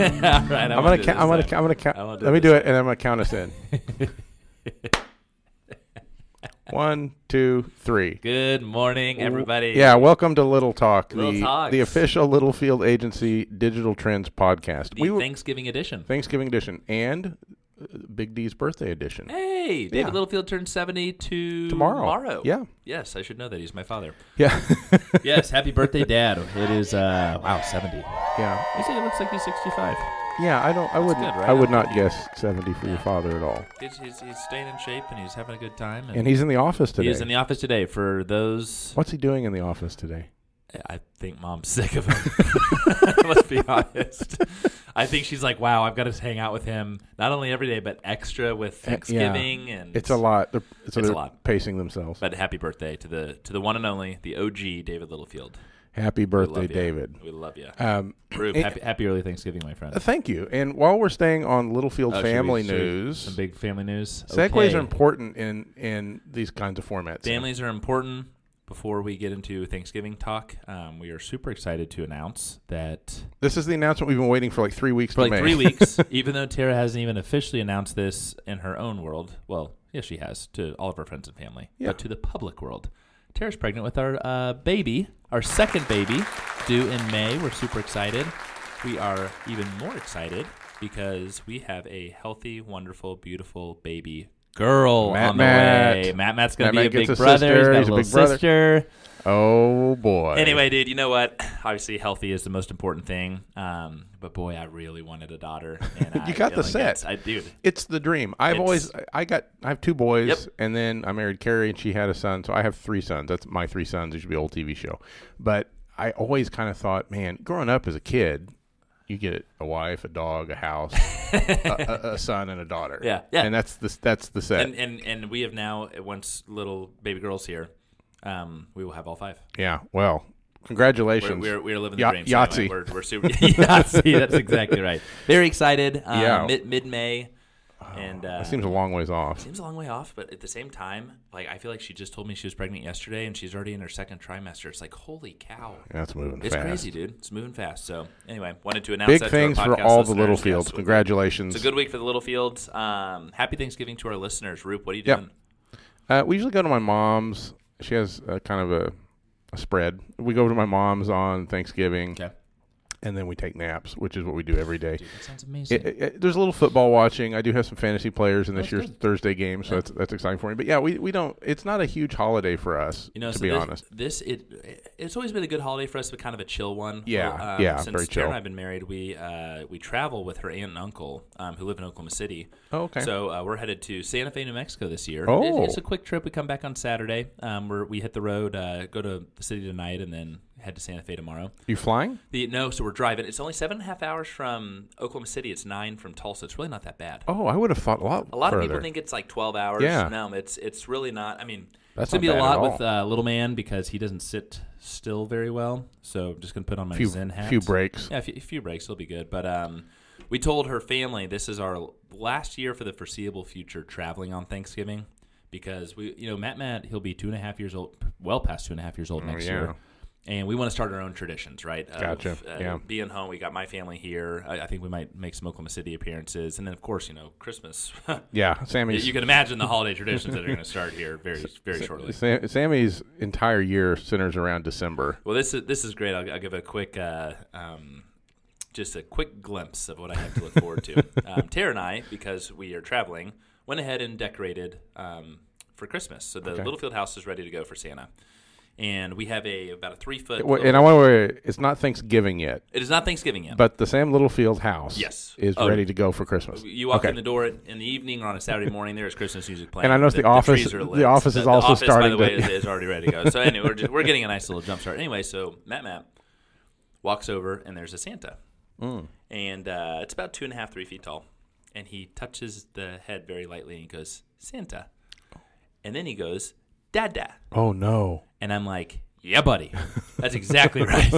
All right, I I'm won't gonna count. do this I'm gonna. time. I'm gonna count. I won't Let me this do it, and I'm gonna count us in. One, two, three. Good morning, everybody. Yeah, welcome to Little Talk, Little the Talks. the official Littlefield Agency Digital Trends podcast. the Thanksgiving edition. Thanksgiving edition and uh, Big D's birthday edition. Hey, David Yeah. Littlefield turned seventy to Tomorrow. Tomorrow. Yeah. Yes, I should know that. He's my father. Yeah, yes. Happy birthday, Dad. It is uh wow seventy. yeah, You say he looks like he's sixty-five. yeah. I don't. I wouldn't. good, right? I would not guess seventy for your father at all. He's, he's, he's staying in shape and he's having a good time. And, And he's in the office today. he is in the office today for those. What's he doing in the office today? I think mom's sick of him. Let's be honest. I think she's like, wow, I've got to hang out with him not only every day but extra with Eh, yeah. Thanksgiving and It's a lot. They're, so a they're lot. Pacing themselves. But happy birthday to the to the one and only the OG David Littlefield. Happy We birthday, love ya. David. We love you. Um, Rube, it- happy, happy early Thanksgiving, my friend. Thank you. And while we're staying on Littlefield Oh, should we- family should we- Some news, big family news. segues Okay. are important in in these kinds of formats. Families are important. Before we get into Thanksgiving talk, um, we are super excited to announce that This is the announcement we've been waiting for like three weeks for to like make. three weeks, even though Tara hasn't even officially announced this in her own world. Well, yes, she has to all of her friends and family, Yeah. but to the public world. Tara's pregnant with our uh, baby, our second baby, due in May. We're super excited. We are even more excited because we have a healthy, wonderful, beautiful baby girl Matt on the Matt. way. Matt Matt's going Matt to Matt be a gets big a brother. sister. He's He's a got a big little brother. sister. oh boy. Anyway, dude, you know what? Obviously, healthy is the most important thing. Um, but boy, I really wanted a daughter. And You I got the feel like set. it's- I do. it's the dream. I've It's- always I- I got I have two boys, Yep. and then I married Carrie, and she had a son. So I have three sons. That's my three sons. It should be an old TV show. But I always kind of thought, man, growing up as a kid. You get a wife, a dog, a house, a, a, a son, and a daughter. Yeah, yeah. And that's the that's the set. And, and and we have now once little baby girls here, um, we will have all five. yeah. Well, congratulations. We're, we're, we're living the Ya- dream. Yahtzee. Anyway, we're, we're super. Yahtzee. That's exactly right. Very excited. Um, Yeah. Oh, Mid mid May, and uh, That seems a long ways off. seems a long way off. But at the same time, like I feel like she just told me she was pregnant yesterday, and she's already in her second trimester. It's like holy cow. That's moving It's fast. crazy, dude. It's moving fast. So anyway, wanted to announce Big that to our things for podcast all the listeners. little Yes, fields. it's Congratulations. a good week for the little fields. Um, happy Thanksgiving to our listeners. Roop, what are you Yep. doing? Uh, we usually go to my mom's. She has a, kind of a, a spread. We go to my mom's on Thanksgiving, Okay. and then we take naps, which is what we do every day. Dude, that sounds amazing. It, it- it- there's a little football watching. I do have some fantasy players in this That's year's good. Thursday game, so that's that's exciting for me. But yeah, we, we don't. It's not a huge holiday for us, you know, to so be this, honest. this it it's always been a good holiday for us, but kind of a chill one. Yeah, Well, um, yeah, Since very Tara chill. and I've been married, we uh, we travel with her aunt and uncle um, who live in Oklahoma City. Oh, okay. So uh, we're headed to Santa Fe, New Mexico this year. Oh. It- it's a quick trip. We come back on Saturday. Um, we're, we hit the road, uh, go to the city tonight, and then head to Santa Fe tomorrow. You flying? The, no, so we're driving. It's only seven and a half hours from Oklahoma City. It's nine from Tulsa. It's really not that bad. Oh, I would have thought a lot. a lot further. of people think it's like twelve hours. Yeah. No, it's it's really not. I mean, That's it's gonna be not a bad lot at with uh, little man because he doesn't sit still very well. So I'm just gonna put on my few Zen hat. few breaks. Yeah, a few, a few breaks. It'll be good. But um, we told her family this is our last year for the foreseeable future traveling on Thanksgiving because we, you know, Matt Matt he'll be two and a half years old, well past two and a half years old next Oh, yeah. year. And we want to start our own traditions, right? Of, uh, Gotcha. Yeah. Being home, we got my family here. I, I think we might make some Oklahoma City appearances, and then of course, you know, Christmas. Yeah, You- Sammy's you can imagine the holiday traditions that are going to start here very very shortly. Sam, Sammy's entire year centers around December. Well, this is this is great. I'll, I'll give a quick, uh, um, just a quick glimpse of what I have to look forward to. Um, Tara and I, because we are traveling, went ahead and decorated um, for Christmas. So the Littlefield house is ready to go for Santa, and we have a about a three foot. Wait, and I want to. It's not Thanksgiving yet, it is not Thanksgiving yet. but the Sam Littlefield house Yes. is Oh. ready to go for Christmas. you walk okay. in the door in in the evening or on a Saturday morning. There is Christmas music playing, And I noticed the office- trees are the lit. office is also office, starting By the way, to- is, is already ready to go. So anyway, we're, just, we're getting a nice little jump start. Anyway, so Matt Matt walks over and there's a Santa, Hmm. and uh, it's about two and a half, three feet tall, and he touches the head very lightly and he goes Santa, and then he goes Dada, oh no! and I'm like Yeah, buddy. That's exactly right.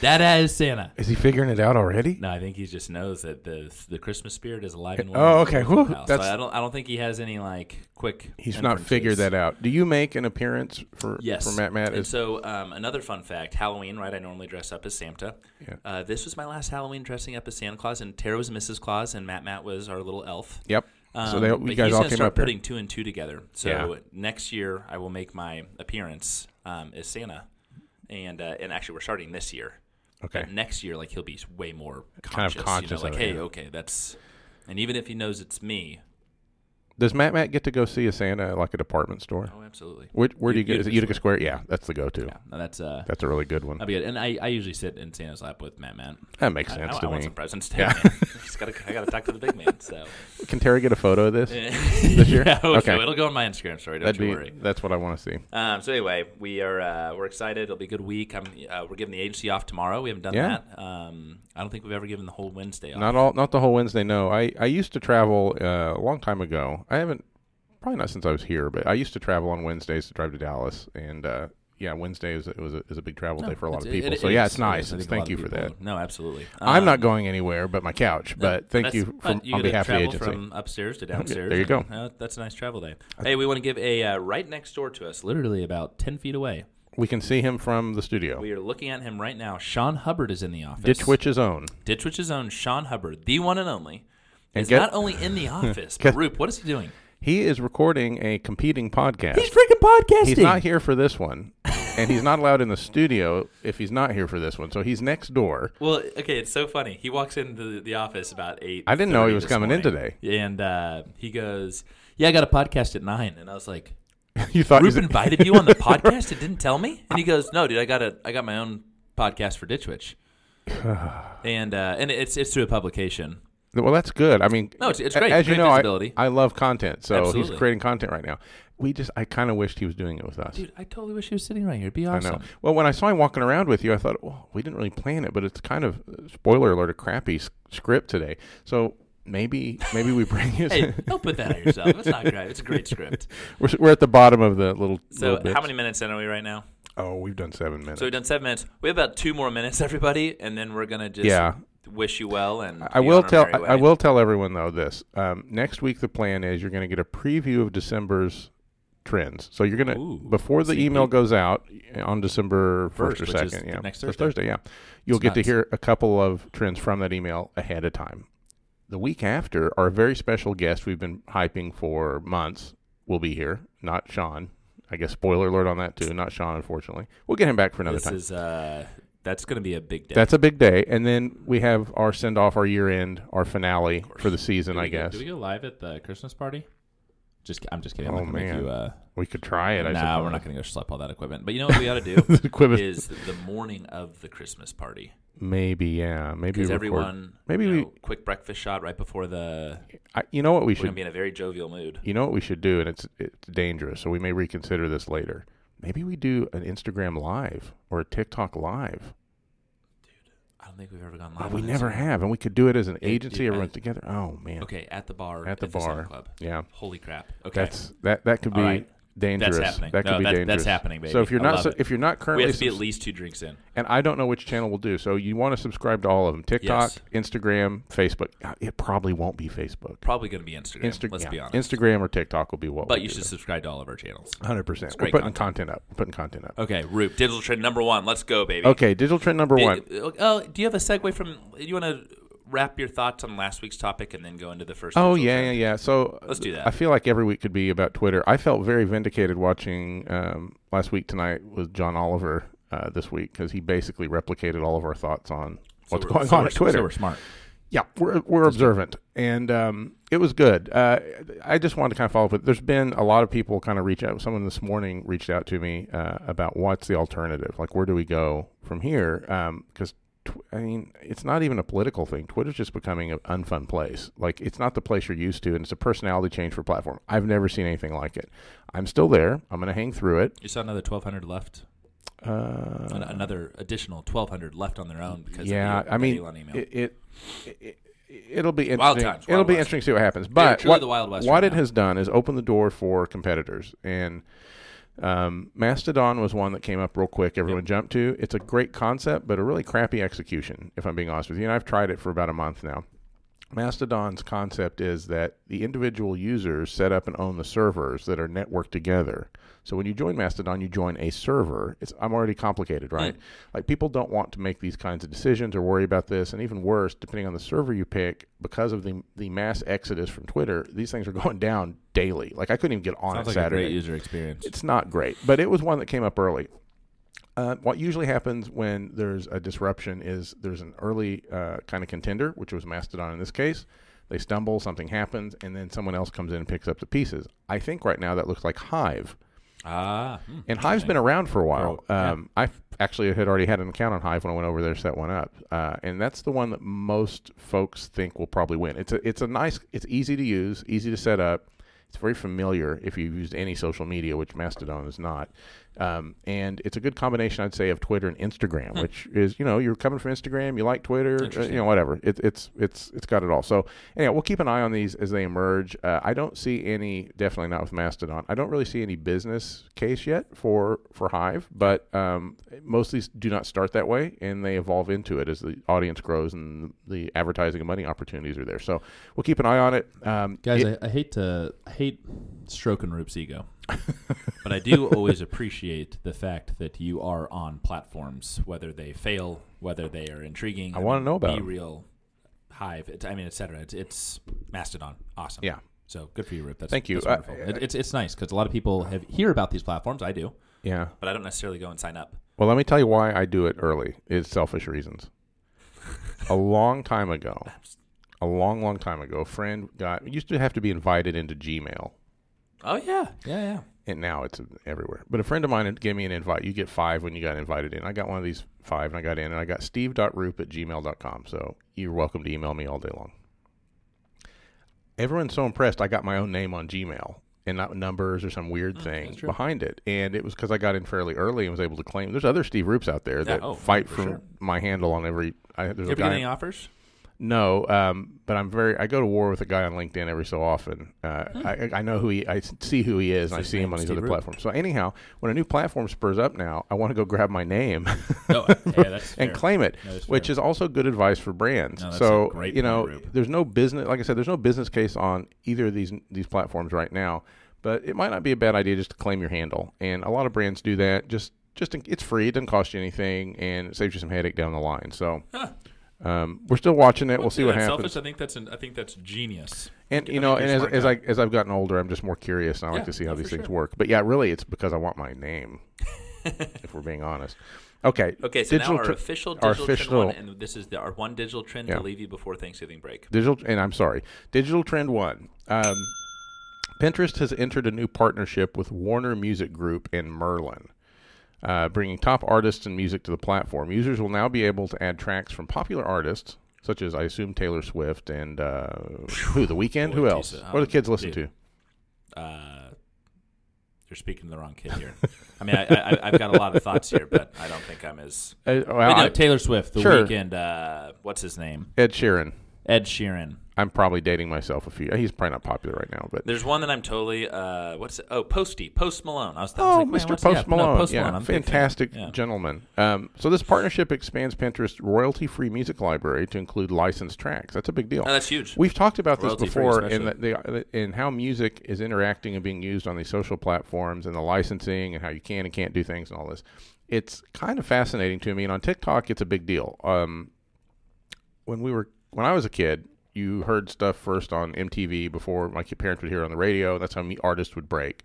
that is Santa. Is he figuring it out already? No, I think he just knows that the the Christmas spirit is alive and well. Oh, okay. Whew, Now, so that's- I don't I don't think he has any like quick. He's not figured inferences. that out. Do you make an appearance for Yes. for Matt Matt? And Is- so um, another fun fact: Halloween, right? I normally dress up as Santa. Yeah. Uh, this was my last Halloween dressing up as Santa Claus, and Tara was Mrs. Claus, and Matt Matt was our little elf. yep. so Um, they, but you guys he's all gonna came start up here. putting two and two together. So Yeah. next year, I will make my appearance um, as Santa, and uh, and actually, we're starting this year. Okay. But next year, like he'll be way more Kind of conscious. you conscious know, like, of it, hey, yeah. okay, that's. And even if he knows it's me, Does Matt Matt get to go see a Santa at like a department store? oh, absolutely. Where, where do you Ut- go? Is it Utica Utica Square? Yeah, that's the go-to. Yeah, no, that's uh, That's a really good one. that'd be good. And I, I usually sit in Santa's lap with Matt Matt. That makes I- sense I, to I want me. some presents too. man. Just gotta, I gotta talk to the big man. So Can Terry get a photo of this? this year? yeah, okay. Okay. it'll go on my Instagram story. Don't That'd you be. worry. That's what I want to see. Um, so anyway, we are uh, we're excited. It'll be a good week. I'm, uh, we're giving the agency off tomorrow. We haven't done Yeah. that. Um, I don't think we've ever given the whole Wednesday off. Not all. Not the whole Wednesday. No. I I used to travel uh, a long time ago. I haven't. Probably not since I was here, but I used to travel on Wednesdays to drive to Dallas, and uh, yeah, Wednesday is, it was a, is a big travel day for a lot of It's- it- people. it- so it yeah, is- it's it nice. is. I It's- think a thank lot of you for people- that. No, absolutely. I'm not Um, going anywhere but my couch, but Uh, thank that's you fun. from, You on get to behalf of the travel agency. From upstairs to downstairs. there you go. Uh, that's a nice travel day. Hey, we want to give a uh, right next door to us, literally about ten feet away. We can see him from the studio. We are looking at him right now. Sean Hubbard is in the office. Oh. Ditch Witch's own. Ditchwitch's own Sean Hubbard, the one and only, And is get- not only in the office, but Roop, what is he doing? He is recording a competing podcast. freaking podcasting. He's not here for this one, and he's not allowed in the studio if he's not here for this one. So he's next door. Well, okay, it's so funny. He walks into the, the office about eight. I didn't know he was coming in today, and uh, he goes, "Yeah, I got a podcast at nine. and I was like, you thought "Roop he's invited you on the podcast and didn't tell me?" And he goes, "No, dude, I got a, I got my own podcast for Ditchwitch, and uh, and it's it's through a publication. well. That's good. I mean, No, it's- it's a- great. As you Great know, I, visibility. I love content, so Absolutely. he's creating content right now. We just, I kind of wished he was doing it with us. Dude, I totally wish he was sitting right here. It'd be I awesome. know. Well, when I saw him walking around with you, I thought, well, we didn't really plan it, but it's kind of uh, spoiler alert, a crappy s- script today. So maybe, maybe we bring you. Hey, don't put that on yourself. It's not great. It's a great script. we're, s- we're at the bottom of the little. So, little how bits. many minutes in are we right now? Oh, we've done seven minutes. So we've done seven minutes. We have about two more minutes, everybody, and then we're gonna just Yeah. wish you well. And I be will on our tell. merry I, I way. will tell everyone though this. Um, next week, the plan is you're going to get a preview of December's trends. So you're going Ooh, to before the sneak email peek. goes out on December first or First, which is second. Yeah, next So Thursday. Yeah, you'll It's get nuts. to hear a couple of trends from that email ahead of time. The week after, our very special guest we've been hyping for months will be here. Not Sean. I guess spoiler alert on that too. Not Sean, unfortunately. We'll get him back for another This time. is uh, that's gonna be a big day. That's a big day. And then we have our send off, our year end, our finale for the season, I guess. Do we We, go live at the Christmas party? Just, I'm just kidding. I'm Oh, not gonna make man. you. Uh, could try it, I nah, suppose. we're not gonna go slap all that equipment. But you know what we ought to do The equipment- is the morning of the Christmas party Maybe, yeah. Maybe because record- everyone Maybe you we- know, quick breakfast shot right before the. I, you know what we We're gonna should be in a very jovial mood. you know what we should do, and it's it's dangerous, so we may reconsider this later. Maybe we do an Instagram live or a TikTok live. I don't think we've ever gone Oh, live. we on never Instagram. have, and we could do it as an Yeah, agency, dude, I- everyone together. Oh man, Okay, at the bar. at the Santa bar, club. yeah, Holy crap. Okay. that's that that could be All right. dangerous. happening. That could No, be that's- that's dangerous. happening, baby. So if you're I not love so, it. if you're not we currently have to be at subs- least two drinks in. And I don't know which channel will do. So you want to subscribe to all of them TikTok, Yes. Instagram, Facebook. Uh, It probably won't be Facebook. Probably going to be Instagram. Insta- let's yeah, be honest. Instagram or TikTok will be what but we you do. should subscribe to all of our channels. 100%. We're putting great content, up. We're putting content up. Okay, Roop, digital trend number one. Let's go, baby. Okay, digital trend number Bi- one. oh, do you have a segue from? You want to wrap your thoughts on last week's topic and then go into the first? Oh digital yeah, yeah, trend? yeah. So Let's do that. I feel like every week could be about Twitter. I felt very vindicated watching um, last week tonight with John Oliver uh, this week because he basically replicated all of our thoughts on what's So we're- going so on we're- at Twitter. So we're smart. Yeah, we're, we're observant, and um, it was good. Uh, I just wanted to kind of follow up with. There's been a lot of people kind of reach out. Someone this morning reached out to me uh, about what's the alternative. Like, where do we go from here? Because tw- I mean, it's not even a political thing. Twitter's just becoming an unfun place. Like, it's not the place you're used to, and it's a personality change for platform. I've never seen anything like it. I'm still there. I'm going to hang through it. You saw another twelve hundred left. Uh, An- another additional twelve hundred left on their own because yeah, Of the, I mean, the Elon email. it, it, it, it will be interesting. Wild times, it'll Wild be West. interesting to see what happens. But truly what, the Wild West what right it now. has done is open the door for competitors, and Um, Mastodon was one that came up real quick. Everyone jumped to. It's a great concept, but a really crappy execution. If I'm being honest with you, and I've tried it for about a month now. Mastodon's concept is that the individual users set up and own the servers that are networked together. So when you join Mastodon, you join a server. It's I'm already Hmm. complicated, right? Like people don't want to make these kinds of decisions or worry about this, and even worse, depending on the server you pick, because of the the mass exodus from Twitter, these things are going down daily. Like I couldn't even get on Sounds it like Saturday. a great user experience. It's not great, but it was one that came up early. Uh, what usually happens when there's a disruption is there's an early uh, kind of contender, which was Mastodon in this case. They stumble, something happens, and then someone else comes in and picks up the pieces. I think right now that looks like Hive. Ah, hmm. And Hive's been around for a while. Oh, yeah. Um, I f- actually had already had an account on Hive when I went over there to set one up, uh, and that's the one that most folks think will probably win. It's a it's a nice, it's easy to use, easy to set up. It's very familiar if you've used any social media, which Mastodon is not. Um, and it's a good combination, I'd say, of Twitter and Instagram, which is you know you're coming from Instagram, you like Twitter, uh, you know whatever. It, it's it's it's got it all. So anyway, we'll keep an eye on these as they emerge. Uh, I don't see any, definitely not with Mastodon. I don't really see any business case yet for for Hive, but um, most of these do not start that way, and they evolve into it as the audience grows and the advertising and money opportunities are there. So we'll keep an eye on it, um, guys, it- I, I hate to I hate stroking Rupe's ego, but I do always appreciate the fact that you are on platforms, whether they fail, whether they are intriguing. I wanna know about Be 'em. real, Hive. It's, I mean, etc. It's, it's Mastodon. Awesome. yeah. So good for you, Rip. That's, Thank you. that's Uh, wonderful. It- it's it's nice because a lot of people have hear about these platforms. I do, Yeah. but I don't necessarily go and sign up. Well, let me tell you why I do it early. It's selfish reasons. a long time ago, a long, long time ago, a friend got used to have to be invited into Gmail, Oh yeah, Yeah, yeah. and now it's everywhere. But a friend of mine had- gave me an invite. You get five when you got invited in. I got one of these five, and I got in, and I got steve.roop at gmail.com. So you're welcome to email me all day long. Everyone's so impressed. I got my own name on Gmail and not numbers or some weird Oh, thing behind it. And it was because I got in fairly early and was able to claim. There's other Steve Roops out there that oh, fight for for sure. my handle on every. I, there's you a ever get any guy. offers? No, um, but I'm very. I go to war with a guy on LinkedIn every so often. Uh, I, I know who he. I see who he is, and I his see him name on these Steve other Roop? platforms. So anyhow, when a new platform spurs up now, I want to go grab my name No, Oh, yeah, that's and fair. claim it, No, that's which fair. is also good advice for brands. No, that's so a great you know, point, Rube. there's no business. Like I said, there's no business case on either of these these platforms right now. But it might not be a bad idea just to claim your handle, and a lot of brands do that. Just just in, it's free, it doesn't cost you anything, and it saves you some headache down the line. So. Um, we're still watching it. We'll see what That's happens. Selfish. I think that's an, I think that's genius. And you I know, mean, and you're as, smart as guy. I as I've gotten older, I'm just more curious, and I like Yeah, to see no, how for these things sure. work. But yeah, really, it's because I want my name. if we're being honest, okay. Okay, so now our tr- official digital our trend one, official- and this is the, our one digital trend Yeah. to leave you before Thanksgiving break. digital, and I'm sorry, digital trend one. Um, Pinterest has entered a new partnership with Warner Music Group and Merlin. uh, bringing top artists and music to the platform. Users will now be able to add tracks from popular artists, such as I assume Taylor Swift and uh, who, The Weeknd, who Boy, else? Jesus. What do the kids listen Dude. to? Uh, you're speaking to the wrong kid here. I mean, I, I, I've got a lot of thoughts here, but I don't think I'm as. Uh, well, Wait, no, I- Taylor Swift, The Sure. Weekend, uh, what's his name? Ed Sheeran. Ed Sheeran. I'm probably dating myself a few. He's probably not popular right now, but There's one that I'm totally. Uh, what's it? Oh, Posty, Post Malone. I was, I was oh, like, man, Mr. what's- Post yeah, no, Malone, Post yeah, Malone, I'm a big fan. fantastic Yeah. gentleman. Um, so this partnership expands Pinterest's royalty-free music library to include licensed tracks. That's a big deal. Oh, that's huge. We've talked about this Royalty-free before in especially. the, the uh, in how music is interacting and being used on these social platforms and the licensing and how you can and can't do things and all this. It's kind of fascinating to me, and on TikTok, it's a big deal. Um, when we were when I was a kid, you heard stuff first on MTV before my parents would hear it on the radio. That's how me artists would break.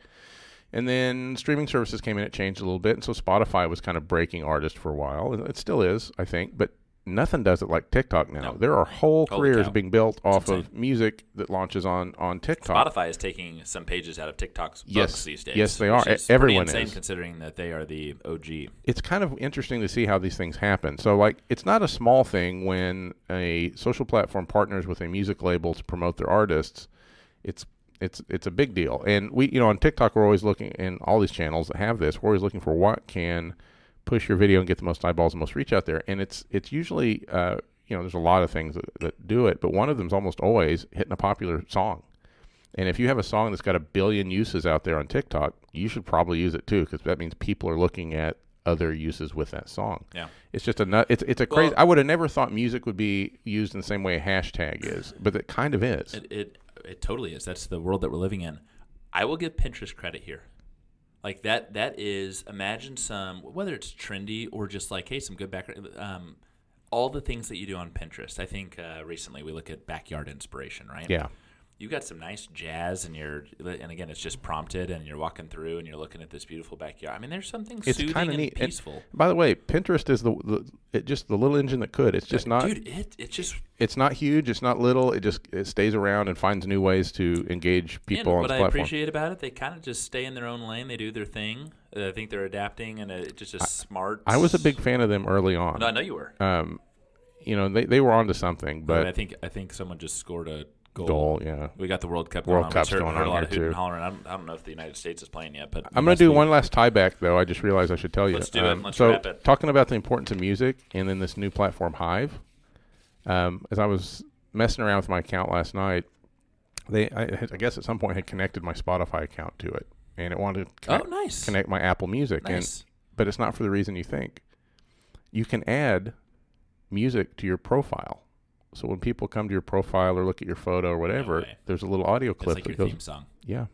And then streaming services came in, it changed a little bit, and so Spotify was kind of breaking artists for a while. and It still is, I think, but nothing does it like TikTok now. There are whole Holy careers cow. being built off of insane. music that launches on on TikTok. Spotify is taking some pages out of TikTok's Yes. books these days. Yes, they which are. is E- pretty everyone insane is. considering that they are the OG. It's kind of interesting to see how these things happen. So like, it's not a small thing when a social platform partners with a music label to promote their artists. It's it's it's a big deal. And we, you know, on TikTok, we're always looking, and all these channels that have this, we're always looking for what can push your video and get the most eyeballs and most reach out there. And it's it's usually, uh, you know, there's a lot of things that, that do it, but one of them's almost always hitting a popular song. And if you have a song that's got a billion uses out there on TikTok, you should probably use it too, because that means people are looking at other uses with that song. Yeah. It's just a nut. It's it's a Well- crazy. I would have never thought music would be used in the same way a hashtag is, but it kind of is. It, it it totally is. That's the world that we're living in. I will give Pinterest credit here. Like that that is imagine some whether it's trendy or just like hey some good background um, all the things that you do on Pinterest. I think uh, recently we look at backyard inspiration, right? yeah. You got some nice jazz and you're and again it's just prompted and you're walking through and you're looking at this beautiful backyard. I mean there's something It's soothing kind of and neat. And peaceful. by the way, Pinterest is the, the it just the little engine that could. It's just not. Dude, it it just It's not huge. It's not little. It just it stays around and finds new ways to engage people and on what its I platform. appreciate about it, they kind of just stay in their own lane. They do their thing. Uh, I think they're adapting, and it just a smart. I was a big fan of them early on. No, I know Oh, you were. um, you know, they, they were onto something, But I but think I think someone just scored a goal. goal, yeah. We got the World Cup. World going on. Cup's We certainly going on heard a lot here, of hooting and too. hollering. I don't, I don't know if the United States is playing yet, but I'm going to do one last tieback, though. I just realized I should tell you. Um, Let's do it. Let's so, wrap it. talking about the importance of music and then this new platform, Hive. Um, as I was messing around with my account last night, they I, I guess at some point had connected my Spotify account to it, and it wanted to Oh, connect, nice. connect my Apple Music, and Nice. but it's not for the reason you think. You can add music to your profile. So when people come to your profile or look at your photo or whatever, way. there's a little audio It's clip like that your goes. theme song. Yeah,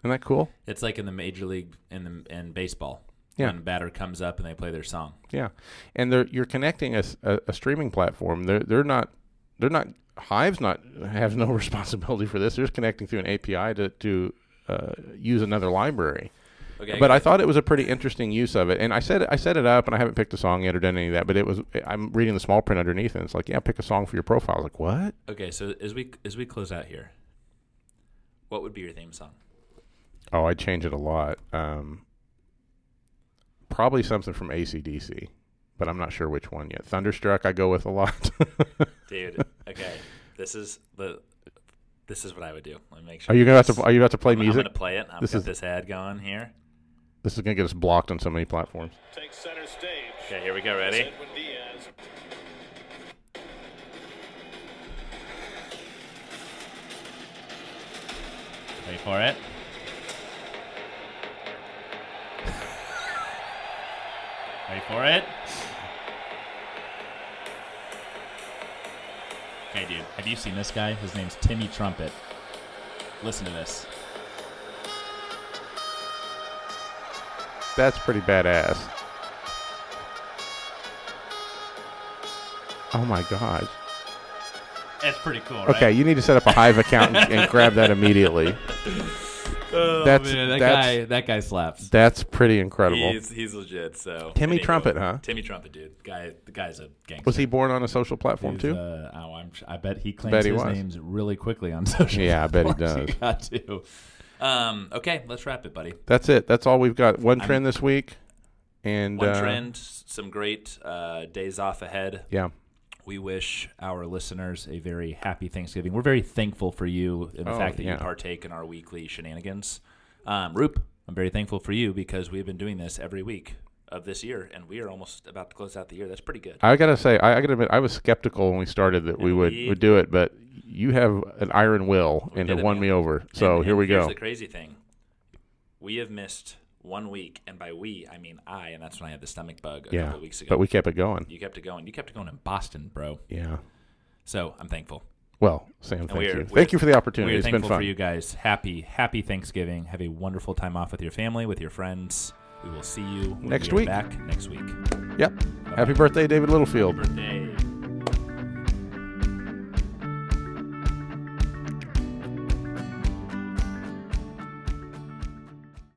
isn't that cool? It's like in the major league in the in baseball. Yeah. When a batter comes up and they play their song. Yeah, and they're you're connecting a, s- a- a streaming platform. They're they're not they're not Hive's not have no responsibility for this. They're just connecting through an API to to uh, use another library. Okay. But I thought it was a pretty interesting use of it, and I said I set it up, and I haven't picked a song yet or done any of that. But it was I'm reading the small print underneath, and it's like, yeah, pick a song for your profile. I was like, what? okay. So as we as we close out here, what would be your theme song? Oh, I change it a lot. Um, probably something from ACDC, but I'm not sure which one yet. Thunderstruck, I go with a lot. dude. Okay, this is the this is what I would do. Let me make sure. Are you gonna have this- to? Are you about to play I'm, I'm music? gonna play it. I've This got is- this ad going here. This is gonna get us blocked on so many platforms. Takes center stage. Okay, here we go. Ready? Edwin Diaz. Wait for it. Wait for it. Okay, dude. Have you seen this guy? His name's Timmy Trumpet. Listen to this. That's pretty badass. Oh my god. That's pretty cool, Okay, you need to set up a Hive account and, and grab that immediately. that's that that's guy, that guy slaps. that's pretty incredible. He's, he's legit. So Timmy anyway, Trumpet, huh? Timmy Trumpet, dude. Guy, the guy's a gangster. Was he born on a social platform He's, too? uh, oh, I'm, sh- I bet he claims Bet he his was. names really quickly on social. Yeah, I bet he platforms. does. got to. Um. Okay, let's wrap it, buddy. that's it. That's all we've got. One trend this week, and One uh, trend, s- some great uh, days off ahead. Yeah, We wish our listeners a very happy Thanksgiving. We're very thankful for you and the Oh, fact that yeah. you partake in our weekly shenanigans. Um, Roop, I'm very thankful for you because we've been doing this every week of this year, and we are almost about to close out the year. That's pretty good. I gotta say, I, I gotta admit, I was skeptical when we started that we would Indeed. would do it, but you have an iron will and did it it, won man. me over. So And- here and we Here's go. the crazy thing: we have missed one week, and by we, I mean I, and that's when I had the stomach bug a Yeah, couple of weeks ago. but we kept it going. you kept it going. You kept it going in Boston, bro. Yeah. So I'm thankful. Well, Sam, thank we you. are- we Thank are- you for the We opportunity. are It's been thankful fun. for you guys. Happy, happy Thanksgiving. Have a wonderful time off with your family, with your friends. We will see you when Next we are week. Back next week. Yep. Happy birthday, David Littlefield. Birthday.